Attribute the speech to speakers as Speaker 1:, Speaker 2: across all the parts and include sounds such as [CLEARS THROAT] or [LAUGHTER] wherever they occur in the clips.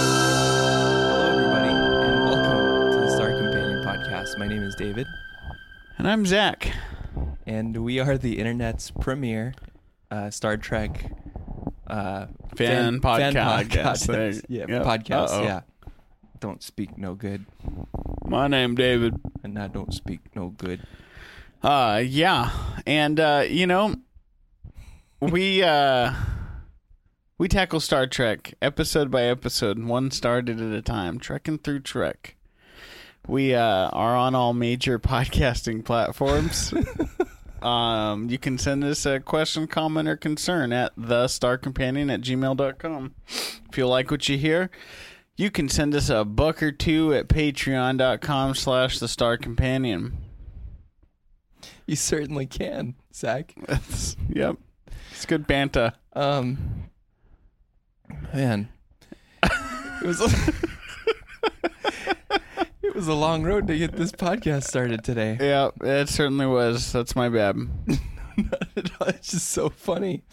Speaker 1: Hello, everybody, and welcome to the Star Companion podcast. My name is David,
Speaker 2: And I'm Zach.
Speaker 1: and we are the internet's premier uh, Star Trek uh, [LAUGHS]
Speaker 2: Fan podcast. There-
Speaker 1: That's- [LAUGHS] Yeah,
Speaker 2: yeah.
Speaker 1: podcast.
Speaker 2: Uh-oh.
Speaker 1: Yeah, don't speak no good,
Speaker 2: My name David.
Speaker 1: and I don't speak no good.
Speaker 2: Uh yeah. And uh you know we uh we tackle Star Trek episode by episode, one started at a time, trekking through Trek. We uh are on all major [LAUGHS] podcasting platforms. um you can send us a question, comment, or concern at the star companion at gmail.com. If you like what you hear, you can send us a buck or two at patreon.com slash the star companion.
Speaker 1: You certainly can, Zach. [LAUGHS]
Speaker 2: That's, yep. It's good banta.
Speaker 1: Um, man, it was [LAUGHS] it was a long road to get this podcast started today.
Speaker 2: Yeah, it certainly was. That's my bad.
Speaker 1: [LAUGHS] it's just so funny.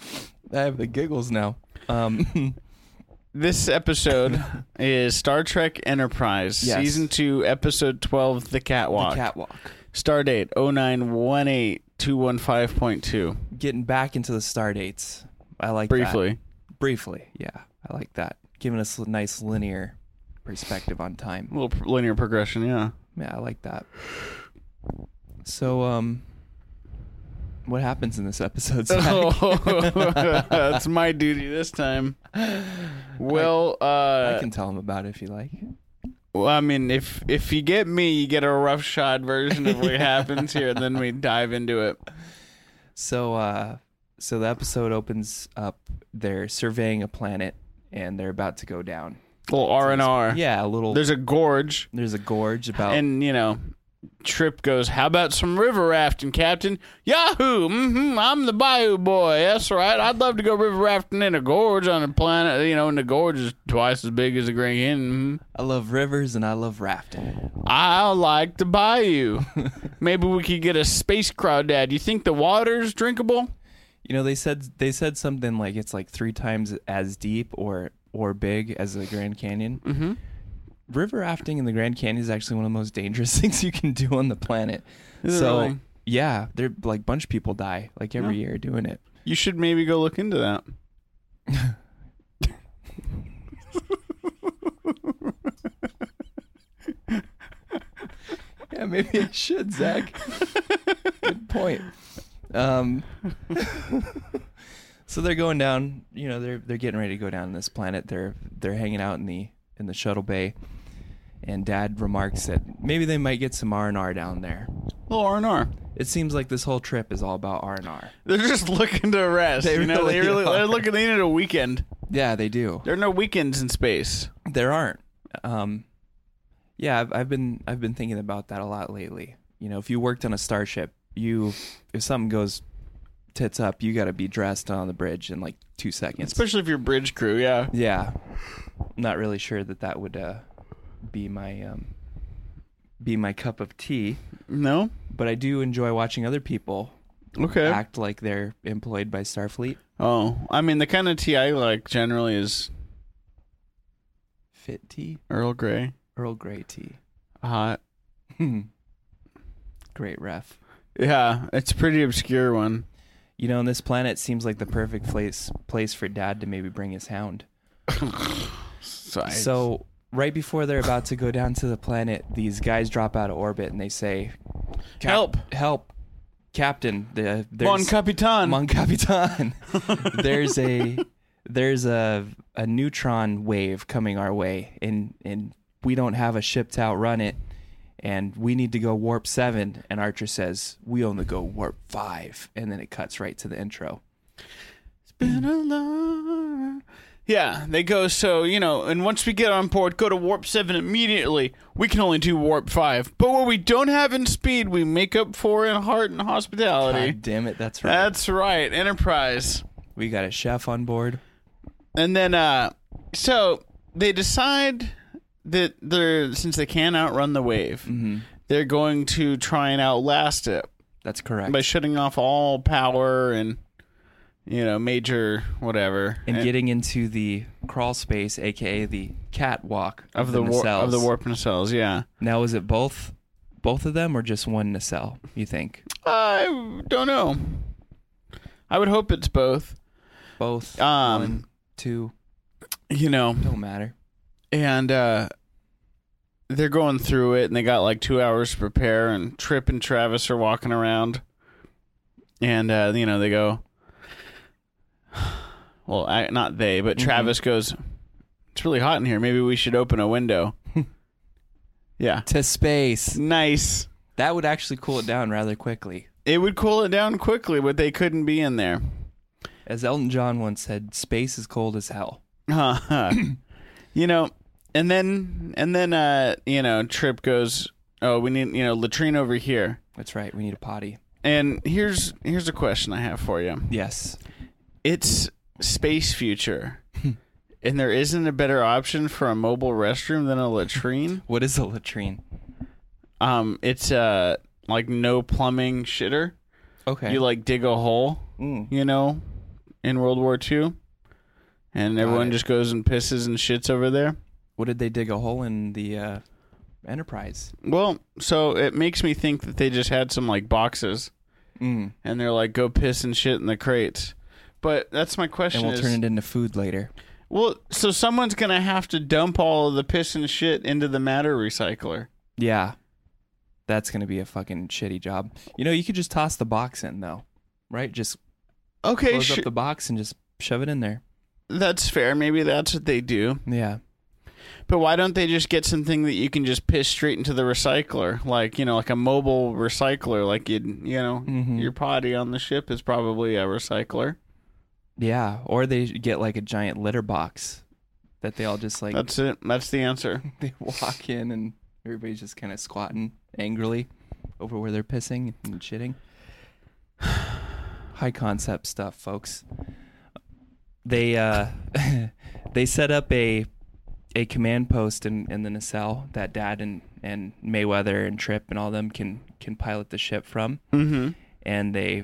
Speaker 1: I have the giggles now.
Speaker 2: [LAUGHS]
Speaker 1: Um, [LAUGHS]
Speaker 2: This episode is Star Trek Enterprise,
Speaker 1: Yes.
Speaker 2: Season 2, Episode 12, The Catwalk. oh
Speaker 1: the catwalk.
Speaker 2: Stardate 0918215.2.
Speaker 1: Getting back into the star dates. I like that.
Speaker 2: Briefly.
Speaker 1: Briefly, yeah, I like that. Giving us a nice linear perspective on time.
Speaker 2: A little pr- linear progression,
Speaker 1: [LAUGHS]
Speaker 2: yeah. [LAUGHS]
Speaker 1: Yeah, I like that. So, um, what happens in this episode? Zach?
Speaker 2: [LAUGHS] Oh, that's my duty
Speaker 1: [SIGHS]
Speaker 2: this time. Well,
Speaker 1: [LAUGHS] I
Speaker 2: uh,
Speaker 1: can tell him about it if you like.
Speaker 2: well, I mean, if if you get me, you get a rough shot
Speaker 1: [LAUGHS]
Speaker 2: version of what happens here, and then we dive into it.
Speaker 1: So, uh, so the episode opens up. They're surveying a planet, and they're about to go down.
Speaker 2: little R and R.
Speaker 1: Yeah, a little.
Speaker 2: There's a gorge,
Speaker 1: There's a gorge about
Speaker 2: and you know, Trip goes, "How about some river rafting, Captain?" Yahoo! hmm I'm the Bayou boy. That's right. I'd love to go river rafting in a gorge on a planet. You know, and the gorge is twice as big as a Grand Canyon.
Speaker 1: I love rivers and I love rafting.
Speaker 2: Mhm. I like
Speaker 1: [LAUGHS]
Speaker 2: the Bayou. Maybe we could get a space crawdad. You think the water's drinkable?
Speaker 1: You know, they said they said something like it's like three times as deep or or big as the Grand Canyon. Mm-hmm. River rafting in the Grand Canyon is actually one of the most dangerous [LAUGHS] things you can do on the planet.
Speaker 2: Is it
Speaker 1: so
Speaker 2: really?
Speaker 1: yeah, there like bunch of people die like every year doing it.
Speaker 2: You should maybe go look into that.
Speaker 1: Yeah, maybe I should, Zach. Good point. Um, [LAUGHS] so they're going down. You know, they're they're getting ready to go down this planet. They're they're hanging out in the in the shuttle bay, and Dad remarks that maybe they might get some R and R down there.
Speaker 2: Little R and R.
Speaker 1: It seems like this whole trip is all about R and R.
Speaker 2: They're just [LAUGHS] looking to rest.
Speaker 1: They
Speaker 2: you know, they
Speaker 1: really
Speaker 2: really
Speaker 1: are.
Speaker 2: they're looking. They need a weekend.
Speaker 1: Yeah, they do.
Speaker 2: There are no weekends in space.
Speaker 1: There aren't. Um, yeah, I've, I've been I've been thinking about that a lot lately. You know, if you worked on a starship, you if something goes tits up, you got to be dressed on the bridge in like two seconds.
Speaker 2: Especially if you're bridge crew, yeah.
Speaker 1: yeah, not really sure that that would uh, be my um, be my cup of tea,
Speaker 2: No?
Speaker 1: but I do enjoy watching other people
Speaker 2: Okay.
Speaker 1: act like they're employed by Starfleet.
Speaker 2: Oh, I mean, the kind of tea I like generally is
Speaker 1: Fit tea,
Speaker 2: Earl Grey,
Speaker 1: Earl Grey tea, [LAUGHS]
Speaker 2: hot.
Speaker 1: Hmm. great ref.
Speaker 2: Yeah, it's a pretty obscure one.
Speaker 1: You know, and this planet seems like the perfect place place for Dad to maybe bring his hound.
Speaker 2: So, I-
Speaker 1: So right before they're about to go down to the planet, these guys drop out of orbit and they say, "Cap-
Speaker 2: Help.
Speaker 1: help, Captain!" The,
Speaker 2: Bon
Speaker 1: there's-
Speaker 2: Capitan.
Speaker 1: Mon Capitan. [LAUGHS] there's a there's a a neutron wave coming our way, and and we don't have a ship to outrun it, and we need to go warp seven. And Archer says we only go warp five, and then it cuts right to the intro.
Speaker 2: It's been a long- Yeah, they go, so, you know, and once we get on board, go to warp 7 immediately. We can only do warp 5. But what we don't have in speed, we make up for in heart and hospitality.
Speaker 1: God damn it, that's right.
Speaker 2: That's right, Enterprise.
Speaker 1: we got a chef on board.
Speaker 2: And then, uh, so they decide that they're since they can't outrun the wave,
Speaker 1: Mm-hmm.
Speaker 2: they're going to try and outlast it
Speaker 1: That's correct.
Speaker 2: by shutting off all power and you know major whatever eh,
Speaker 1: and getting into the crawl space, aka the catwalk
Speaker 2: of the, war-
Speaker 1: nacelles.
Speaker 2: of the warp nacelles. Yeah,
Speaker 1: Now, is it both, both of them, or just one nacelle? You think
Speaker 2: I don't know. I would hope it's both.
Speaker 1: both?
Speaker 2: Um,
Speaker 1: one, two,
Speaker 2: You know,
Speaker 1: don't matter.
Speaker 2: and uh they're going through it and they got like two hours to prepare and trip and travis are walking around and uh you know they go [SIGHS] well I, not they but travis goes it's really hot in here maybe we should open a window yeah
Speaker 1: To space.
Speaker 2: nice
Speaker 1: That would actually cool it down rather quickly.
Speaker 2: it would cool it down quickly but they couldn't be in there [LAUGHS]
Speaker 1: As Elton John once said, "Space is cold as hell."
Speaker 2: Uh-huh. you know, and then and then uh, you know, Trip goes, "Oh, we need, you know, latrine over here."
Speaker 1: That's right. We need a potty.
Speaker 2: And here's here's a question I have for you.
Speaker 1: Yes.
Speaker 2: It's space future.
Speaker 1: Hmm.
Speaker 2: and there isn't a better option for a mobile restroom than
Speaker 1: [LAUGHS]
Speaker 2: a latrine.
Speaker 1: What is a latrine?
Speaker 2: Um, it's uh like no plumbing shitter.
Speaker 1: Okay.
Speaker 2: You like dig a hole,
Speaker 1: Mm.
Speaker 2: you know, in World War II. And everyone
Speaker 1: it.
Speaker 2: just goes and pisses and shits over there.
Speaker 1: what did they dig a hole in the uh, Enterprise?
Speaker 2: Well, so it makes me think that they just had some like boxes
Speaker 1: Mm.
Speaker 2: and they're like go piss and shit in the crates. But that's my question
Speaker 1: And we'll
Speaker 2: is
Speaker 1: turn it into food later.
Speaker 2: well, so someone's going to have to dump all of the piss and shit into the matter recycler.
Speaker 1: Yeah. That's going to be a fucking shitty job. You know, you could just toss the box in, though, right? Just
Speaker 2: Okay,
Speaker 1: close
Speaker 2: sh-
Speaker 1: up the box and just shove it in there.
Speaker 2: that's fair. Maybe that's what they do.
Speaker 1: Yeah.
Speaker 2: But why don't they just get something that you can just piss straight into the recycler? Like, you know, like a mobile recycler like you you know,
Speaker 1: Mhm.
Speaker 2: your potty on the ship is probably a recycler.
Speaker 1: Yeah. Or they get like a giant litter box that they all just like,
Speaker 2: That's it. That's the answer.
Speaker 1: [LAUGHS] they walk in and everybody's just kind of squatting angrily over where they're pissing and shitting. [SIGHS] High concept stuff, folks. They uh, [LAUGHS] they set up a a command post in, in the nacelle that Dad and, and Mayweather and Trip and all them can can pilot the ship from. Mm-hmm. And they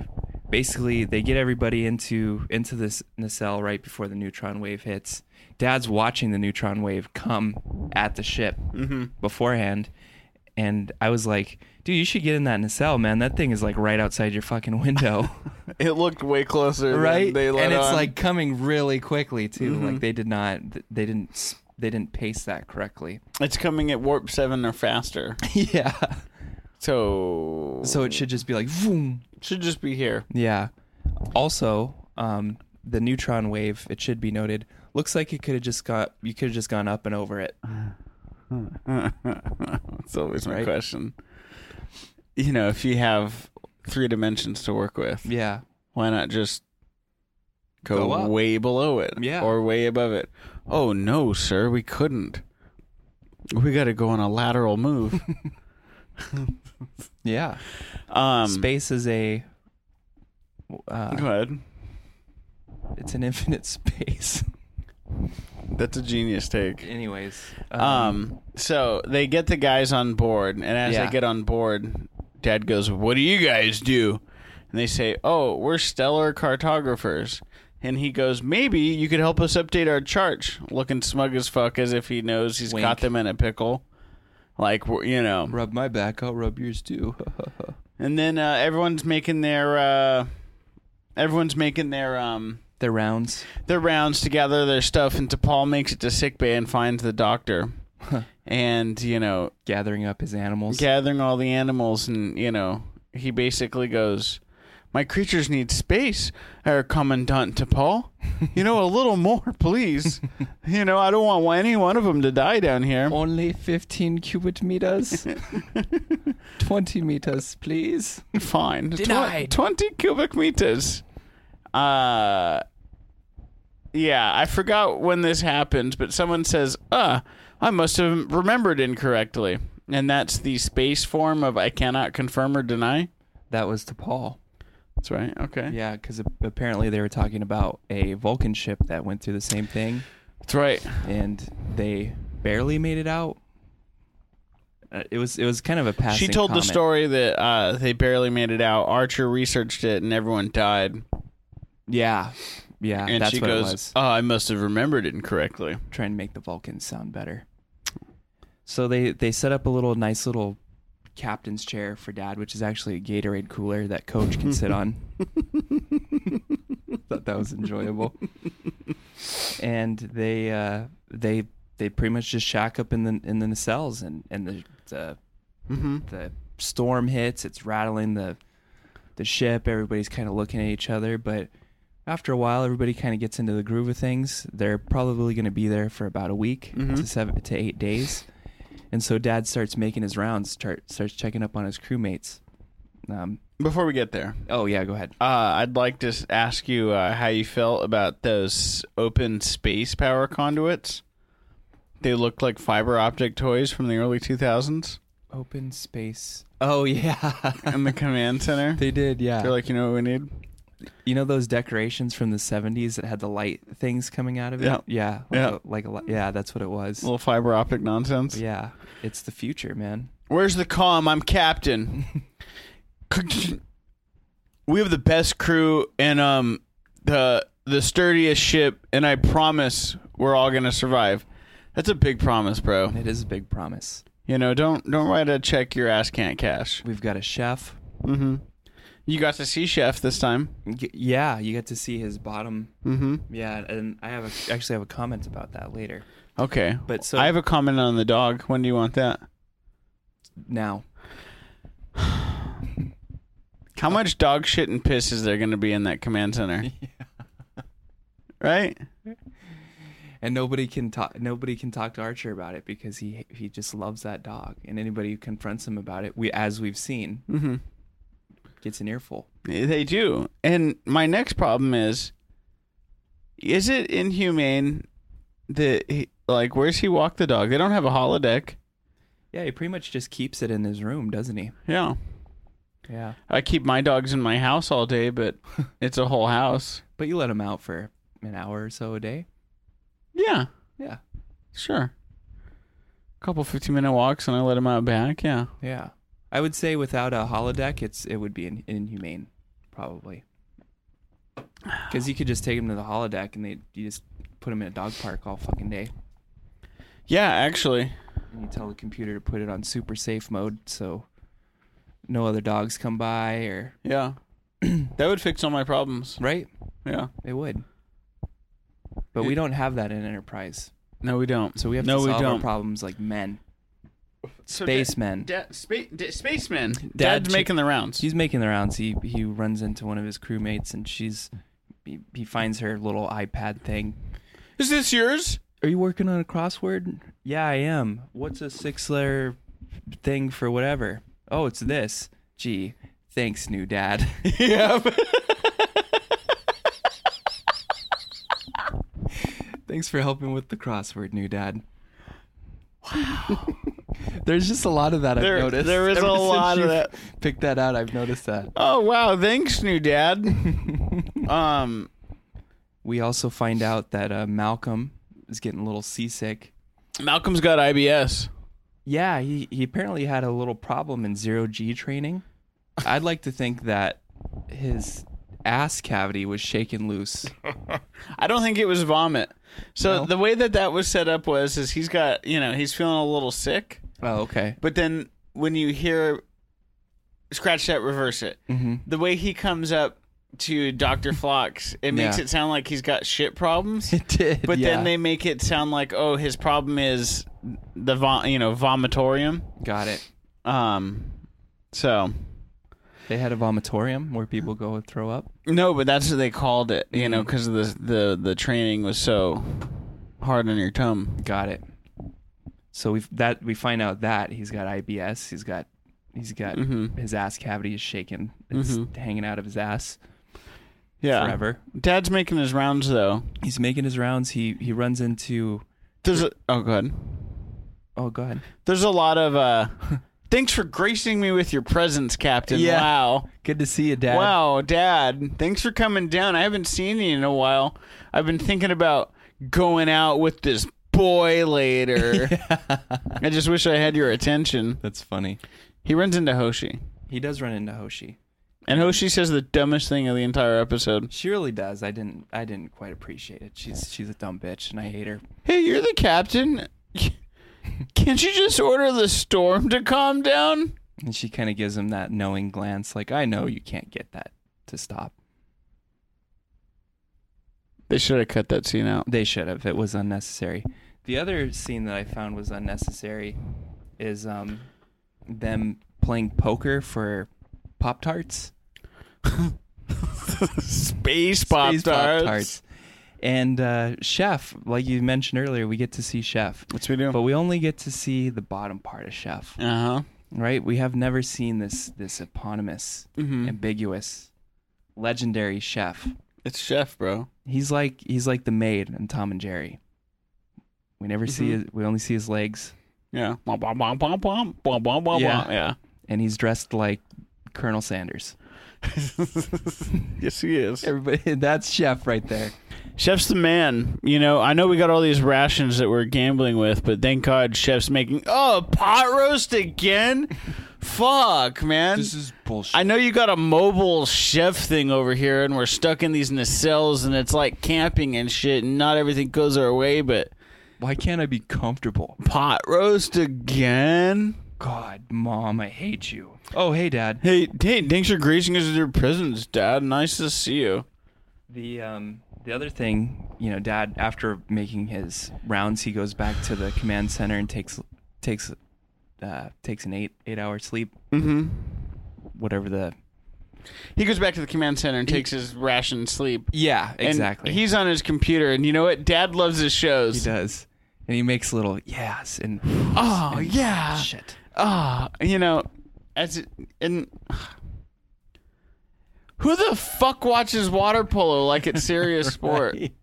Speaker 1: basically they get everybody into into this nacelle right before the neutron wave hits. Dad's watching the neutron wave come at the ship
Speaker 2: Mm-hmm.
Speaker 1: beforehand, and I was like, "Dude, you should get in that nacelle, man. That thing is like right outside your fucking
Speaker 2: [LAUGHS]
Speaker 1: window."
Speaker 2: [LAUGHS] It looked way closer,
Speaker 1: right
Speaker 2: Than they let
Speaker 1: and it's
Speaker 2: on. Mm-hmm.
Speaker 1: like coming really quickly too like they did not they didn't s- they didn't pace that correctly
Speaker 2: it's coming at warp seven or faster,
Speaker 1: [LAUGHS] yeah
Speaker 2: so
Speaker 1: so it should just be like boom
Speaker 2: it should just be here.
Speaker 1: yeah also um the neutron wave it should be noted looks like it could have just got you could have just gone up and over it
Speaker 2: Uh-huh. [LAUGHS] That's always my
Speaker 1: Right.
Speaker 2: question. You know, if you have three dimensions to work with,
Speaker 1: yeah
Speaker 2: why not just go,
Speaker 1: Go up.
Speaker 2: way below it,
Speaker 1: Yeah.
Speaker 2: or way above it? Oh no, sir, we couldn't. We got to go on a lateral move.
Speaker 1: [LAUGHS] yeah
Speaker 2: Um,
Speaker 1: space is a
Speaker 2: Go
Speaker 1: Uh,
Speaker 2: ahead.
Speaker 1: it's an infinite [LAUGHS] space.
Speaker 2: That's a genius take.
Speaker 1: Anyways,
Speaker 2: Um, so they get the guys on board, and as
Speaker 1: Yeah.
Speaker 2: they get on board, Dad goes, "What do you guys do?" And they say, "Oh, we're stellar cartographers." And he goes, "Maybe you could help us update our charts." Looking smug as fuck, as if he knows he's
Speaker 1: Wink.
Speaker 2: caught them in a pickle. Like we're- you know,
Speaker 1: rub my back, I'll rub yours too. [LAUGHS]
Speaker 2: and then uh, everyone's making their uh, everyone's making their um
Speaker 1: the rounds.
Speaker 2: their rounds to gather their stuff, and Paul makes it to sick bay and finds the doctor. And you know,
Speaker 1: gathering up his animals.
Speaker 2: gathering all the animals and you know he basically goes my creatures need space Herr commandant to
Speaker 1: [LAUGHS]
Speaker 2: paul you know a little more please you know i don't want any one of them to die down here
Speaker 1: Only 15 cubic meters. 20 meters, please.
Speaker 2: [LAUGHS] fine Tw-
Speaker 1: Denied.
Speaker 2: 20 cubic meters uh yeah i forgot when this happened but someone says uh i must have remembered incorrectly and that's the space form of i cannot confirm or deny
Speaker 1: That was to Paul.
Speaker 2: that's right okay
Speaker 1: Yeah, because apparently they were talking about a Vulcan ship that went through the same thing
Speaker 2: that's right
Speaker 1: and they barely made it out. Uh, it was it was kind of a passing
Speaker 2: She told
Speaker 1: comment.
Speaker 2: the story that uh, they barely made it out. Archer researched it and everyone died.
Speaker 1: Yeah. Yeah,
Speaker 2: And
Speaker 1: Uh, that's
Speaker 2: she
Speaker 1: what
Speaker 2: goes,
Speaker 1: it was.
Speaker 2: "Oh, I must have remembered it incorrectly."
Speaker 1: Trying to make the Vulcans sound better. So they they set up a little nice little captain's chair for dad, which is actually a Gatorade cooler that coach can sit on. [LAUGHS] Thought that was enjoyable. and they uh, they they pretty much just shack up in the in the cells and and the the, the storm hits. It's rattling the the ship. Everybody's kind of looking at each other, but after a while, everybody kind of gets into the groove of things. They're probably going to be there for about a week
Speaker 2: Mm-hmm.
Speaker 1: to seven to eight days. And so dad starts making his rounds, start, starts checking up on his crewmates. Um,
Speaker 2: Before we get there,
Speaker 1: oh, yeah, go ahead.
Speaker 2: uh, I'd like to s- ask you uh, how you felt about those open space power conduits. They looked like fiber optic toys from the early 2000s
Speaker 1: Open space. Oh, yeah. [LAUGHS]
Speaker 2: in the command center.
Speaker 1: they did, yeah.
Speaker 2: They're like, you know what we need?
Speaker 1: you know those decorations from the 70s that had the light things coming out of it?
Speaker 2: Yeah.
Speaker 1: Yeah. Like
Speaker 2: Yeah.
Speaker 1: A, like a, li- yeah, that's what it was.
Speaker 2: Little fiber optic nonsense.
Speaker 1: yeah. It's the future, man.
Speaker 2: Where's the calm? I'm
Speaker 1: [LAUGHS]
Speaker 2: captain. we have the best crew and um the the sturdiest ship, and I promise we're all gonna survive. That's a big promise, bro.
Speaker 1: It is a big promise.
Speaker 2: You know, don't don't write a check your ass can't cash. Mm-hmm.
Speaker 1: We've got a chef.
Speaker 2: You got to see Chef this time.
Speaker 1: Y- Yeah, you get to see his bottom. Mm-hmm. Yeah, and I have a, actually have a comment about that later.
Speaker 2: Okay,
Speaker 1: But so-
Speaker 2: I have a comment on the dog. When do you want that?
Speaker 1: Now,
Speaker 2: How
Speaker 1: Oh.
Speaker 2: much dog shit and piss is there gonna be in that command
Speaker 1: [LAUGHS]
Speaker 2: center? Right?
Speaker 1: and nobody can talk. Nobody can talk to Archer about it because he he just loves that dog, and anybody who confronts him about it, we as we've seen,
Speaker 2: Mm-hmm.
Speaker 1: gets an earful.
Speaker 2: They do. And my next problem is is it inhumane that he, like where's he walk the dog? They don't have a holodeck.
Speaker 1: Yeah, he pretty much just keeps it in his room, doesn't he?
Speaker 2: Yeah.
Speaker 1: Yeah,
Speaker 2: I keep my dogs in my house all day, [LAUGHS] but it's a whole house.
Speaker 1: but you let him out for an hour or so a day.
Speaker 2: Yeah,
Speaker 1: Yeah,
Speaker 2: sure. couple 15 minute walks and I let him out back. Yeah.
Speaker 1: yeah. I would say without a holodeck, it's it would be in, inhumane, probably. Because you could just take him to the holodeck and they you just put him in a dog park all fucking day.
Speaker 2: Yeah, actually.
Speaker 1: and you tell the computer to put it on super safe mode so no other dogs come by or
Speaker 2: Yeah. [CLEARS THROAT] that would fix all my problems.
Speaker 1: right
Speaker 2: Yeah.
Speaker 1: it would but we don't have that in enterprise
Speaker 2: No, we don't.
Speaker 1: so we have
Speaker 2: no,
Speaker 1: to
Speaker 2: we
Speaker 1: solve our
Speaker 2: don't.
Speaker 1: problems like men
Speaker 2: So
Speaker 1: Spacemen.
Speaker 2: Da- da- spa- da- spacemen. Dad's,
Speaker 1: ch-
Speaker 2: making the rounds.
Speaker 1: he's making the rounds he he runs into one of his crewmates and she's he, he finds her little ipad thing
Speaker 2: Is this [LAUGHS] yours?
Speaker 1: are you working on a crossword yeah i am what's a six letter thing for whatever oh it's this gee thanks new dad [LAUGHS]
Speaker 2: yeah.
Speaker 1: Thanks for helping with the crossword, new dad. Wow. [LAUGHS] There's just a lot of that
Speaker 2: There-
Speaker 1: I've noticed.
Speaker 2: there is
Speaker 1: Ever
Speaker 2: a
Speaker 1: since
Speaker 2: lot of
Speaker 1: you
Speaker 2: that.
Speaker 1: Picked that out. I've noticed that.
Speaker 2: Oh wow, thanks,
Speaker 1: [LAUGHS]
Speaker 2: new dad. um,
Speaker 1: We also find out that uh, Malcolm is getting a little seasick.
Speaker 2: Malcolm's got IBS.
Speaker 1: Yeah, he, he apparently had a little problem in zero G training. I'd like to think that his ass cavity was shaken loose.
Speaker 2: I don't think it was vomit. So the way that that was set up was, is he's got, you know, he's feeling a little sick,
Speaker 1: Oh, okay.
Speaker 2: but then when you hear, scratch that, reverse it.
Speaker 1: Mm-hmm.
Speaker 2: The way he comes up to Doctor Flox, it makes
Speaker 1: Yeah.
Speaker 2: it sound like he's got
Speaker 1: [LAUGHS]
Speaker 2: shit
Speaker 1: [LAUGHS]
Speaker 2: problems.
Speaker 1: It did.
Speaker 2: But
Speaker 1: yeah.
Speaker 2: then they make it sound like, oh, his problem is the vom, you know, vomitorium.
Speaker 1: got it.
Speaker 2: Um, so
Speaker 1: They had a vomitorium where people go and throw up.
Speaker 2: No, but that's what they called it, you
Speaker 1: Mm.
Speaker 2: know, 'cause know, because the the the training was so hard on your tum.
Speaker 1: Got it. So we that we find out that he's got IBS. He's got he's got
Speaker 2: Mm-hmm.
Speaker 1: his ass cavity is shaken. It's hanging out of his ass
Speaker 2: Yeah,
Speaker 1: forever.
Speaker 2: Dad's making his rounds though.
Speaker 1: He's making his rounds. He he runs into
Speaker 2: There's a oh good.
Speaker 1: oh god.
Speaker 2: There's a lot
Speaker 1: [LAUGHS]
Speaker 2: of uh. Thanks for gracing me with your presence, Captain.
Speaker 1: Yeah.
Speaker 2: Wow.
Speaker 1: Good to see you, Dad.
Speaker 2: Wow, Dad. Thanks for coming down. I haven't seen you in a while. I've been thinking about going out with this
Speaker 1: [LAUGHS]
Speaker 2: boy later. I just wish I had your attention.
Speaker 1: That's funny.
Speaker 2: He runs into Hoshi.
Speaker 1: He does run into Hoshi.
Speaker 2: And Hoshi says the dumbest thing of the entire episode.
Speaker 1: She really does. I didn't I didn't quite appreciate it. She's she's a dumb bitch and I hate her.
Speaker 2: Hey, you're the [LAUGHS] captain. Can't you just order the storm to calm down?
Speaker 1: And she kind of gives him that knowing glance like I know you can't get that to stop.
Speaker 2: They should have cut that scene out.
Speaker 1: They should have. It was unnecessary. The other scene that I found was unnecessary is um, them playing poker for Pop Tarts.
Speaker 2: Space Pop Tarts.
Speaker 1: And uh, Chef, like you mentioned earlier, we get to see Chef.
Speaker 2: What's we doing?
Speaker 1: But we only get to see the bottom part of Chef,
Speaker 2: Uh huh.
Speaker 1: right? We have never seen this this eponymous, ambiguous, legendary chef.
Speaker 2: It's Chef, bro.
Speaker 1: He's like he's like the maid in Tom and Jerry. We never see his, we only see his legs.
Speaker 2: Yeah. Bom, bom, bom, bom, bom, bom, bom, bom,
Speaker 1: Yeah.
Speaker 2: bom. yeah.
Speaker 1: and he's dressed like Colonel Sanders.
Speaker 2: [LAUGHS] Yes, he is.
Speaker 1: Everybody, [LAUGHS] that's Chef right there.
Speaker 2: Chef's the man. You know, I know we got all these rations that we're gambling with, but thank God Chef's making. Oh, pot roast again? Fuck, man.
Speaker 1: is bullshit.
Speaker 2: I know you got a mobile chef thing over here, and we're stuck in these nacelles, and it's like camping and shit, and not everything goes our way, but
Speaker 1: Why can't I be comfortable?
Speaker 2: pot roast again?
Speaker 1: God, Mom, I hate you. Oh, hey, Dad.
Speaker 2: Hey, hey, thanks for gracing us with your presence, Dad. Nice to see you.
Speaker 1: The um, the other thing, you know, Dad. After making his rounds, he goes back to the command center and takes takes uh, takes an eight eight hour sleep. Mm-hmm. Whatever the
Speaker 2: He goes back to the command center and takes his ration sleep.
Speaker 1: yeah
Speaker 2: And
Speaker 1: exactly
Speaker 2: he's on his computer, and you know what? Dad loves his shows.
Speaker 1: he does, and he makes little yes and
Speaker 2: Oh, yeah.
Speaker 1: shit.
Speaker 2: Ah, you know, as it- and who the fuck watches water polo like it's [LAUGHS] serious sport?
Speaker 1: Right.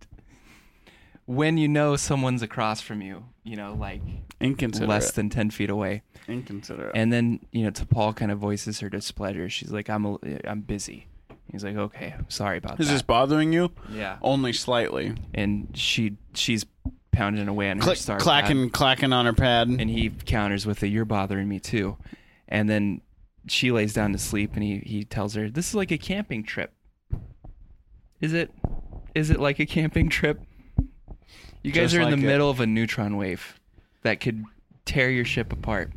Speaker 1: When you know someone's across from you, you know, like
Speaker 2: Inconsiderate.
Speaker 1: less than 10 feet away.
Speaker 2: Inconsiderate.
Speaker 1: And then, you know, T'Pol kind of voices her displeasure. She's like, I'm, a, I'm busy. He's like, okay, I'm sorry about
Speaker 2: Is Oh.
Speaker 1: that.
Speaker 2: this bothering you?
Speaker 1: Yeah.
Speaker 2: Only slightly.
Speaker 1: And she, she's pounding away on her
Speaker 2: Click,
Speaker 1: star pad,
Speaker 2: clacking, clacking on her pad.
Speaker 1: And he counters with a, you're bothering me too. And then she lays down to sleep and he, he tells her, this is like a camping trip. Is it, is it like a camping trip? You guys
Speaker 2: Just
Speaker 1: are in
Speaker 2: like
Speaker 1: the
Speaker 2: it.
Speaker 1: middle of a neutron wave that could tear your ship apart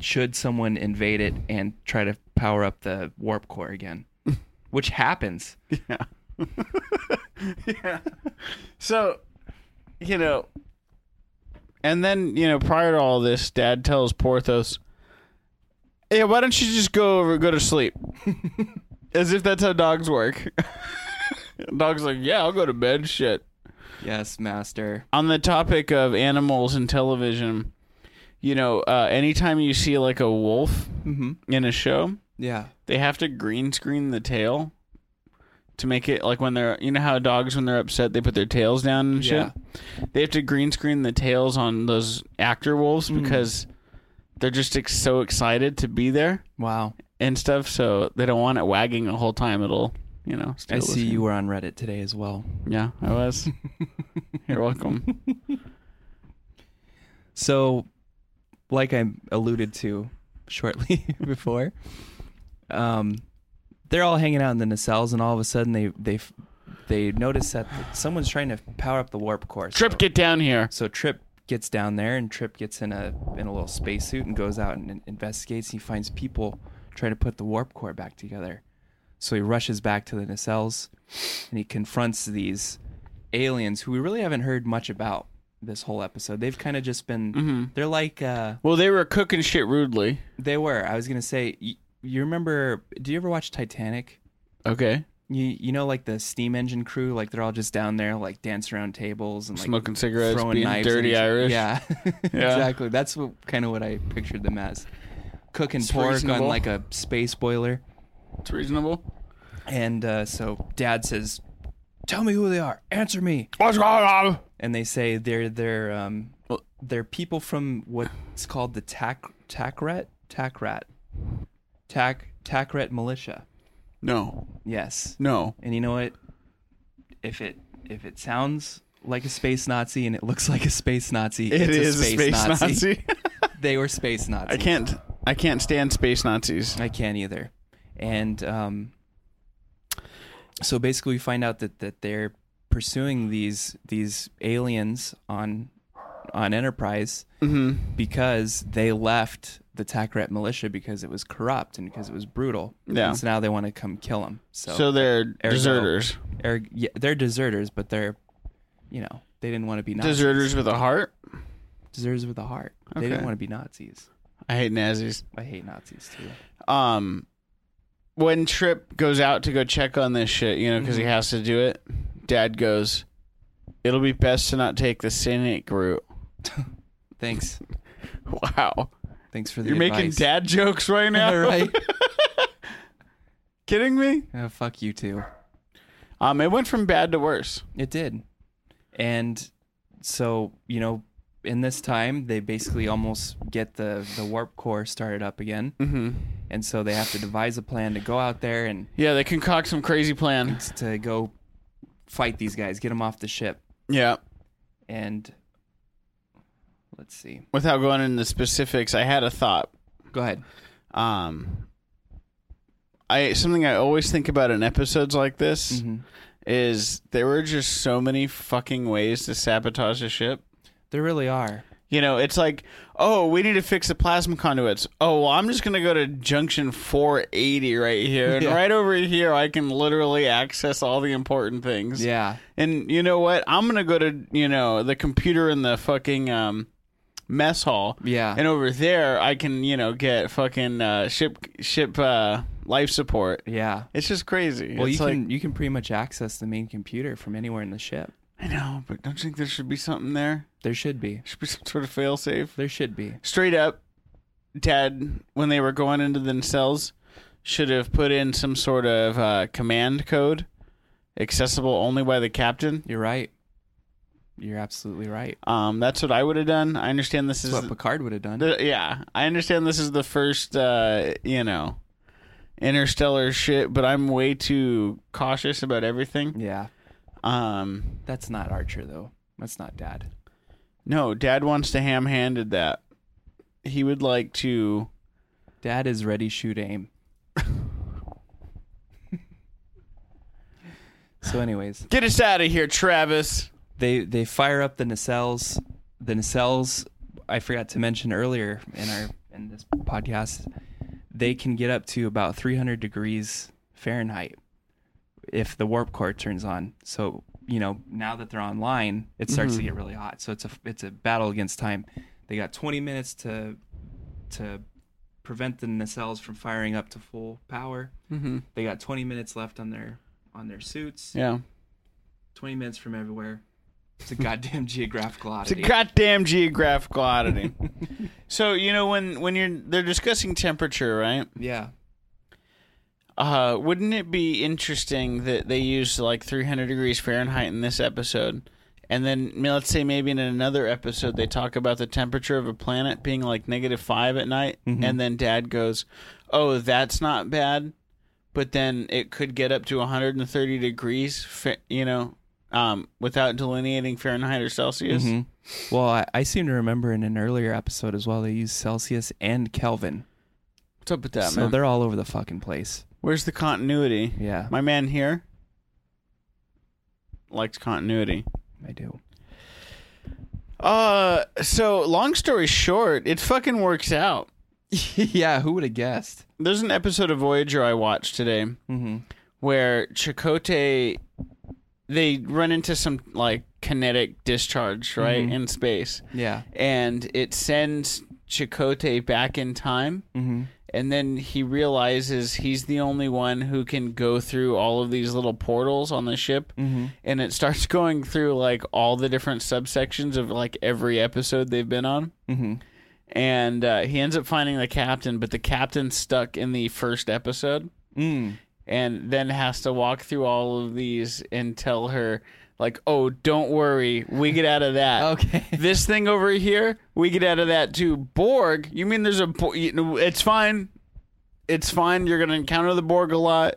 Speaker 1: should someone invade it and try to power up the warp core again, [LAUGHS] which happens.
Speaker 2: So, you know, and then you know, prior to all this, Dad tells Porthos, "Yeah, why don't you just go over, go to sleep?" [LAUGHS] As if that's how dogs work. [LAUGHS] dogs like, yeah, I'll go to bed. Shit.
Speaker 1: Yes, master.
Speaker 2: On the topic of animals and television, you know, uh, anytime you see like a wolf
Speaker 1: Mm-hmm.
Speaker 2: in a show,
Speaker 1: Yeah.
Speaker 2: they have to green screen the tail to make it like when they're you know how dogs when they're upset they put their tails down and shit.
Speaker 1: Yeah. Mm-hmm.
Speaker 2: They have to green screen the tails on those actor wolves because They're just ex- so excited to be there
Speaker 1: Wow.
Speaker 2: and stuff, so they don't want it wagging the whole time. It'll, you know.
Speaker 1: I
Speaker 2: steal the
Speaker 1: see
Speaker 2: scene.
Speaker 1: you were on Reddit today as well.
Speaker 2: Yeah,
Speaker 1: [LAUGHS]
Speaker 2: I was. You're welcome.
Speaker 1: So, like I alluded to shortly [LAUGHS] before, um, they're all hanging out in the nacelles, and all of a sudden they they they notice that someone's trying to power up the warp core. So-
Speaker 2: Trip, get down here.
Speaker 1: So Trip gets down there, and Trip gets in a in a little spacesuit and goes out and in- investigates. He finds people trying to put the warp core back together. So he rushes back to the nacelles, and he confronts these aliens who we really haven't heard much about this whole episode. They've kind of just been they're like uh,
Speaker 2: Well, they were cooking shit rudely.
Speaker 1: they were. I was gonna say, you, you remember? Do you ever watch Titanic?
Speaker 2: Okay.
Speaker 1: You you know like the steam engine crew, like they're all just down there like dancing around tables and like
Speaker 2: Smoking cigarettes,
Speaker 1: throwing
Speaker 2: being
Speaker 1: knives
Speaker 2: dirty
Speaker 1: at each-
Speaker 2: Irish. [LAUGHS]
Speaker 1: Yeah, exactly. That's what kind of what I pictured them as, cooking
Speaker 2: It's
Speaker 1: pork
Speaker 2: reasonable.
Speaker 1: on like a space boiler.
Speaker 2: It's reasonable.
Speaker 1: And uh, so Dad says, "Tell me who they are. Answer me."
Speaker 2: What's going on?
Speaker 1: And they say they're they're um they're people from what's called the tac tacrat tacrat tac tacrat militia.
Speaker 2: No,
Speaker 1: Yes.
Speaker 2: no.
Speaker 1: And you know what? If it if it sounds like a space Nazi and it looks like a space Nazi, it's a space, Nazi. [LAUGHS]
Speaker 2: [LAUGHS]
Speaker 1: They were space Nazis.
Speaker 2: I can't. I can't stand space Nazis.
Speaker 1: I can't either. And um, so basically, we find out that that they're pursuing these these aliens on on Enterprise
Speaker 2: Mm-hmm.
Speaker 1: because they left the Takrat militia because it was corrupt and because it was brutal.
Speaker 2: Yeah.
Speaker 1: And so now they want to come kill them. So,
Speaker 2: So they're
Speaker 1: Ergo-
Speaker 2: deserters.
Speaker 1: er, yeah, they're deserters, but they're you know they didn't want to be Nazis.
Speaker 2: Deserters with a heart.
Speaker 1: Deserters with a heart. They didn't
Speaker 2: Okay.
Speaker 1: want to be Nazis.
Speaker 2: I hate Nazis.
Speaker 1: I hate Nazis too.
Speaker 2: Um, when Trip goes out to go check on this shit, you know, because he has to do it. Dad goes, "It'll be best to not take the scenic route."
Speaker 1: Thanks.
Speaker 2: [LAUGHS] Wow,
Speaker 1: Thanks for the
Speaker 2: you're making
Speaker 1: advice.
Speaker 2: dad jokes [LAUGHS] right now.
Speaker 1: All [LAUGHS] right.
Speaker 2: Kidding me?
Speaker 1: Oh, fuck you too.
Speaker 2: Um, it went from bad to worse.
Speaker 1: It did. And so, you know, in this time, they basically almost get the, the warp core started up again. Mm-hmm. And so they have to devise a plan to go out there and
Speaker 2: Yeah, they concoct some crazy plan.
Speaker 1: to go fight these guys, get them off the ship.
Speaker 2: Yeah.
Speaker 1: And let's see.
Speaker 2: Without going into specifics, I had a thought.
Speaker 1: Go ahead.
Speaker 2: Um, I something I always think about in episodes like this
Speaker 1: Mm-hmm.
Speaker 2: is there were just so many fucking ways to sabotage a ship.
Speaker 1: There really are.
Speaker 2: You know, it's like, oh, we need to fix the plasma conduits. Oh, well, I'm just gonna go to junction 480 right here, and
Speaker 1: Yeah.
Speaker 2: right over here, I can literally access all the important things.
Speaker 1: Yeah.
Speaker 2: And you know what? I'm gonna go to you know the computer in the fucking um, mess hall.
Speaker 1: Yeah.
Speaker 2: And over there, I can you know get fucking uh, ship ship uh, life support.
Speaker 1: Yeah.
Speaker 2: It's just crazy.
Speaker 1: Well,
Speaker 2: it's
Speaker 1: you
Speaker 2: like,
Speaker 1: can you can pretty much access the main computer from anywhere in the ship.
Speaker 2: I know, but don't you think there should be something there?
Speaker 1: There should be.
Speaker 2: Should be some sort of fail safe.
Speaker 1: There should be.
Speaker 2: Straight up, Dad, when they were going into themselves, should have put in some sort of uh, command code accessible only by the captain.
Speaker 1: You're right. You're absolutely right.
Speaker 2: Um, that's what I would have done. I understand this
Speaker 1: That's
Speaker 2: is
Speaker 1: what Picard would have done.
Speaker 2: The- yeah, I understand this is the first, uh, you know, interstellar shit, but I'm way too cautious about everything.
Speaker 1: Yeah,
Speaker 2: Um,
Speaker 1: that's not Archer though. That's not Dad.
Speaker 2: no, Dad wants to ham-handed that. He would like to.
Speaker 1: Dad is ready, shoot, aim. [LAUGHS] so, anyways,
Speaker 2: Get us out of here, Travis.
Speaker 1: they they fire up the nacelles. The nacelles I forgot to mention earlier in our in this podcast, they can get up to about 300 degrees Fahrenheit if the warp core turns on. So you know now that they're online, it starts to get really hot. So it's a it's a battle against time. They got 20 minutes to to prevent the nacelles from firing up to full power. Mm-hmm. They got 20 minutes left on their on their suits.
Speaker 2: Yeah.
Speaker 1: 20 minutes from everywhere. It's a goddamn [LAUGHS] geographical
Speaker 2: It's a
Speaker 1: oddity.
Speaker 2: goddamn geographical oddity. so you know when when you're they're discussing temperature, right?
Speaker 1: yeah.
Speaker 2: Uh, wouldn't it be interesting that they used like 300 degrees Fahrenheit in this episode, and then you know, let's say maybe in another episode they talk about the temperature of a planet being like negative five at night,
Speaker 1: Mm-hmm.
Speaker 2: and then Dad goes, "Oh, that's not bad," but then it could get up to 130 degrees, fa- you know, um, without delineating Fahrenheit or Celsius.
Speaker 1: Mhm. Well, I, I seem to remember in an earlier episode as well, they used Celsius and Kelvin.
Speaker 2: What's up with that,
Speaker 1: so
Speaker 2: man?
Speaker 1: they're all over the fucking place.
Speaker 2: Where's the continuity?
Speaker 1: Yeah.
Speaker 2: My man here likes continuity.
Speaker 1: I do. [LAUGHS]
Speaker 2: Uh, so long story short, it fucking works out.
Speaker 1: yeah, who would have guessed?
Speaker 2: There's an episode of Voyager I watched today
Speaker 1: Mm-hmm.
Speaker 2: where Chakotay they run into some like kinetic discharge right in space,
Speaker 1: Mm-hmm. Yeah.
Speaker 2: and it sends Chakotay back in time.
Speaker 1: Mm-hmm.
Speaker 2: and then he realizes he's the only one who can go through all of these little portals on the ship
Speaker 1: Mm-hmm.
Speaker 2: and it starts [LAUGHS] going through like all the different subsections of like every episode they've been on
Speaker 1: Mm-hmm.
Speaker 2: and uh, he ends up finding the captain but the captain's stuck in the first episode
Speaker 1: Mm.
Speaker 2: and then has to walk through all of these and tell her like oh don't worry we get out of
Speaker 1: [LAUGHS]
Speaker 2: that
Speaker 1: Okay.
Speaker 2: this thing over here, we get out of that too. Borg, you mean there's a Borg? You know, it's fine. It's fine. You're going to encounter the Borg a lot.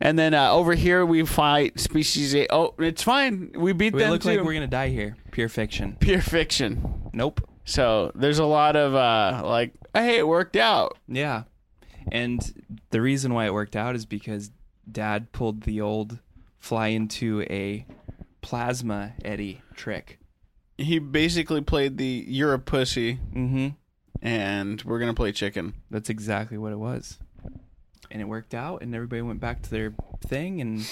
Speaker 2: And then uh, over here, we fight species A. Oh, it's fine. We beat
Speaker 1: We
Speaker 2: them
Speaker 1: look
Speaker 2: too.
Speaker 1: like we're gonna die here. Pure fiction.
Speaker 2: Pure fiction.
Speaker 1: Nope.
Speaker 2: So there's a lot of uh, like, hey, it worked out.
Speaker 1: Yeah. And the reason why it worked out is because dad pulled the old fly into a plasma eddy trick.
Speaker 2: He basically played the you're a pussy
Speaker 1: Mm-hmm.
Speaker 2: and we're going to play chicken.
Speaker 1: That's exactly what it was. And it worked out and everybody went back to their thing and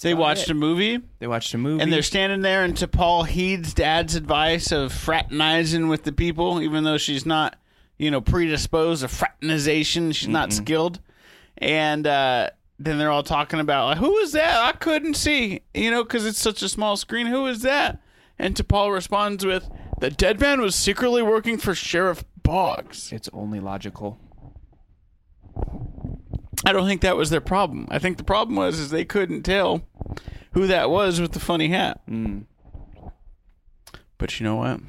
Speaker 2: They
Speaker 1: about
Speaker 2: watched
Speaker 1: it.
Speaker 2: a movie
Speaker 1: they watched a movie.
Speaker 2: And they're standing there, and T'Pol heeds Dad's advice of fraternizing with the people, even though she's not, you know, predisposed to fraternization. She's not skilled. And uh, then they're all talking about, like, who was that? I couldn't see, you know, because it's such a small screen. Who is that? And T'Pol responds with, the dead man was secretly working for Sheriff Boggs.
Speaker 1: it's only logical.
Speaker 2: I don't think that was their problem. I think the problem was is they couldn't tell who that was with the funny hat.
Speaker 1: Mm.
Speaker 2: But you know what?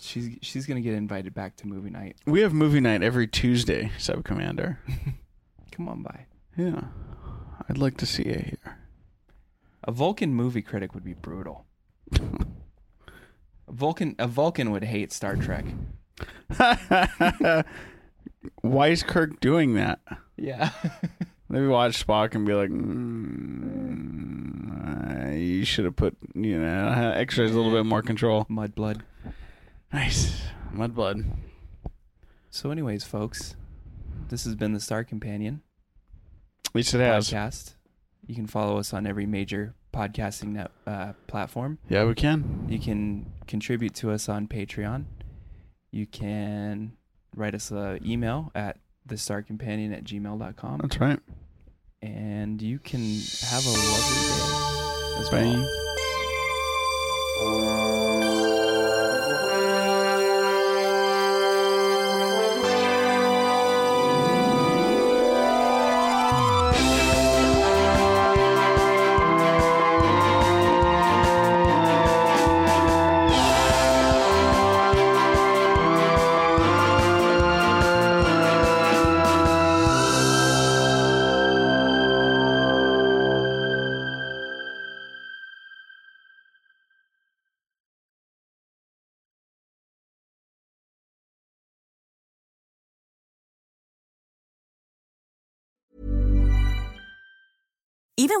Speaker 1: She's she's gonna get invited back to movie night.
Speaker 2: We have movie night every Tuesday, Sub Commander.
Speaker 1: Come on by.
Speaker 2: Yeah. I'd like to see you here.
Speaker 1: A Vulcan movie critic would be brutal. A Vulcan a Vulcan would hate Star Trek.
Speaker 2: [LAUGHS] Why is Kirk doing that?
Speaker 1: [LAUGHS] Yeah.
Speaker 2: Maybe watch Spock and be like, mm, uh, you should have put, you know, had X-rays a little bit more control.
Speaker 1: Mudblood.
Speaker 2: Nice. Mudblood.
Speaker 1: So, anyways, folks, this has been the Star Companion
Speaker 2: At least it has.
Speaker 1: podcast. You can follow us on every major podcasting net, uh, platform.
Speaker 2: Yeah, we can.
Speaker 1: You can contribute to us on Patreon. You can write us an email at thestarcompanion at gmail.com.
Speaker 2: That's right.
Speaker 1: And you can have a lovely day as well.
Speaker 2: Bye.
Speaker 3: Even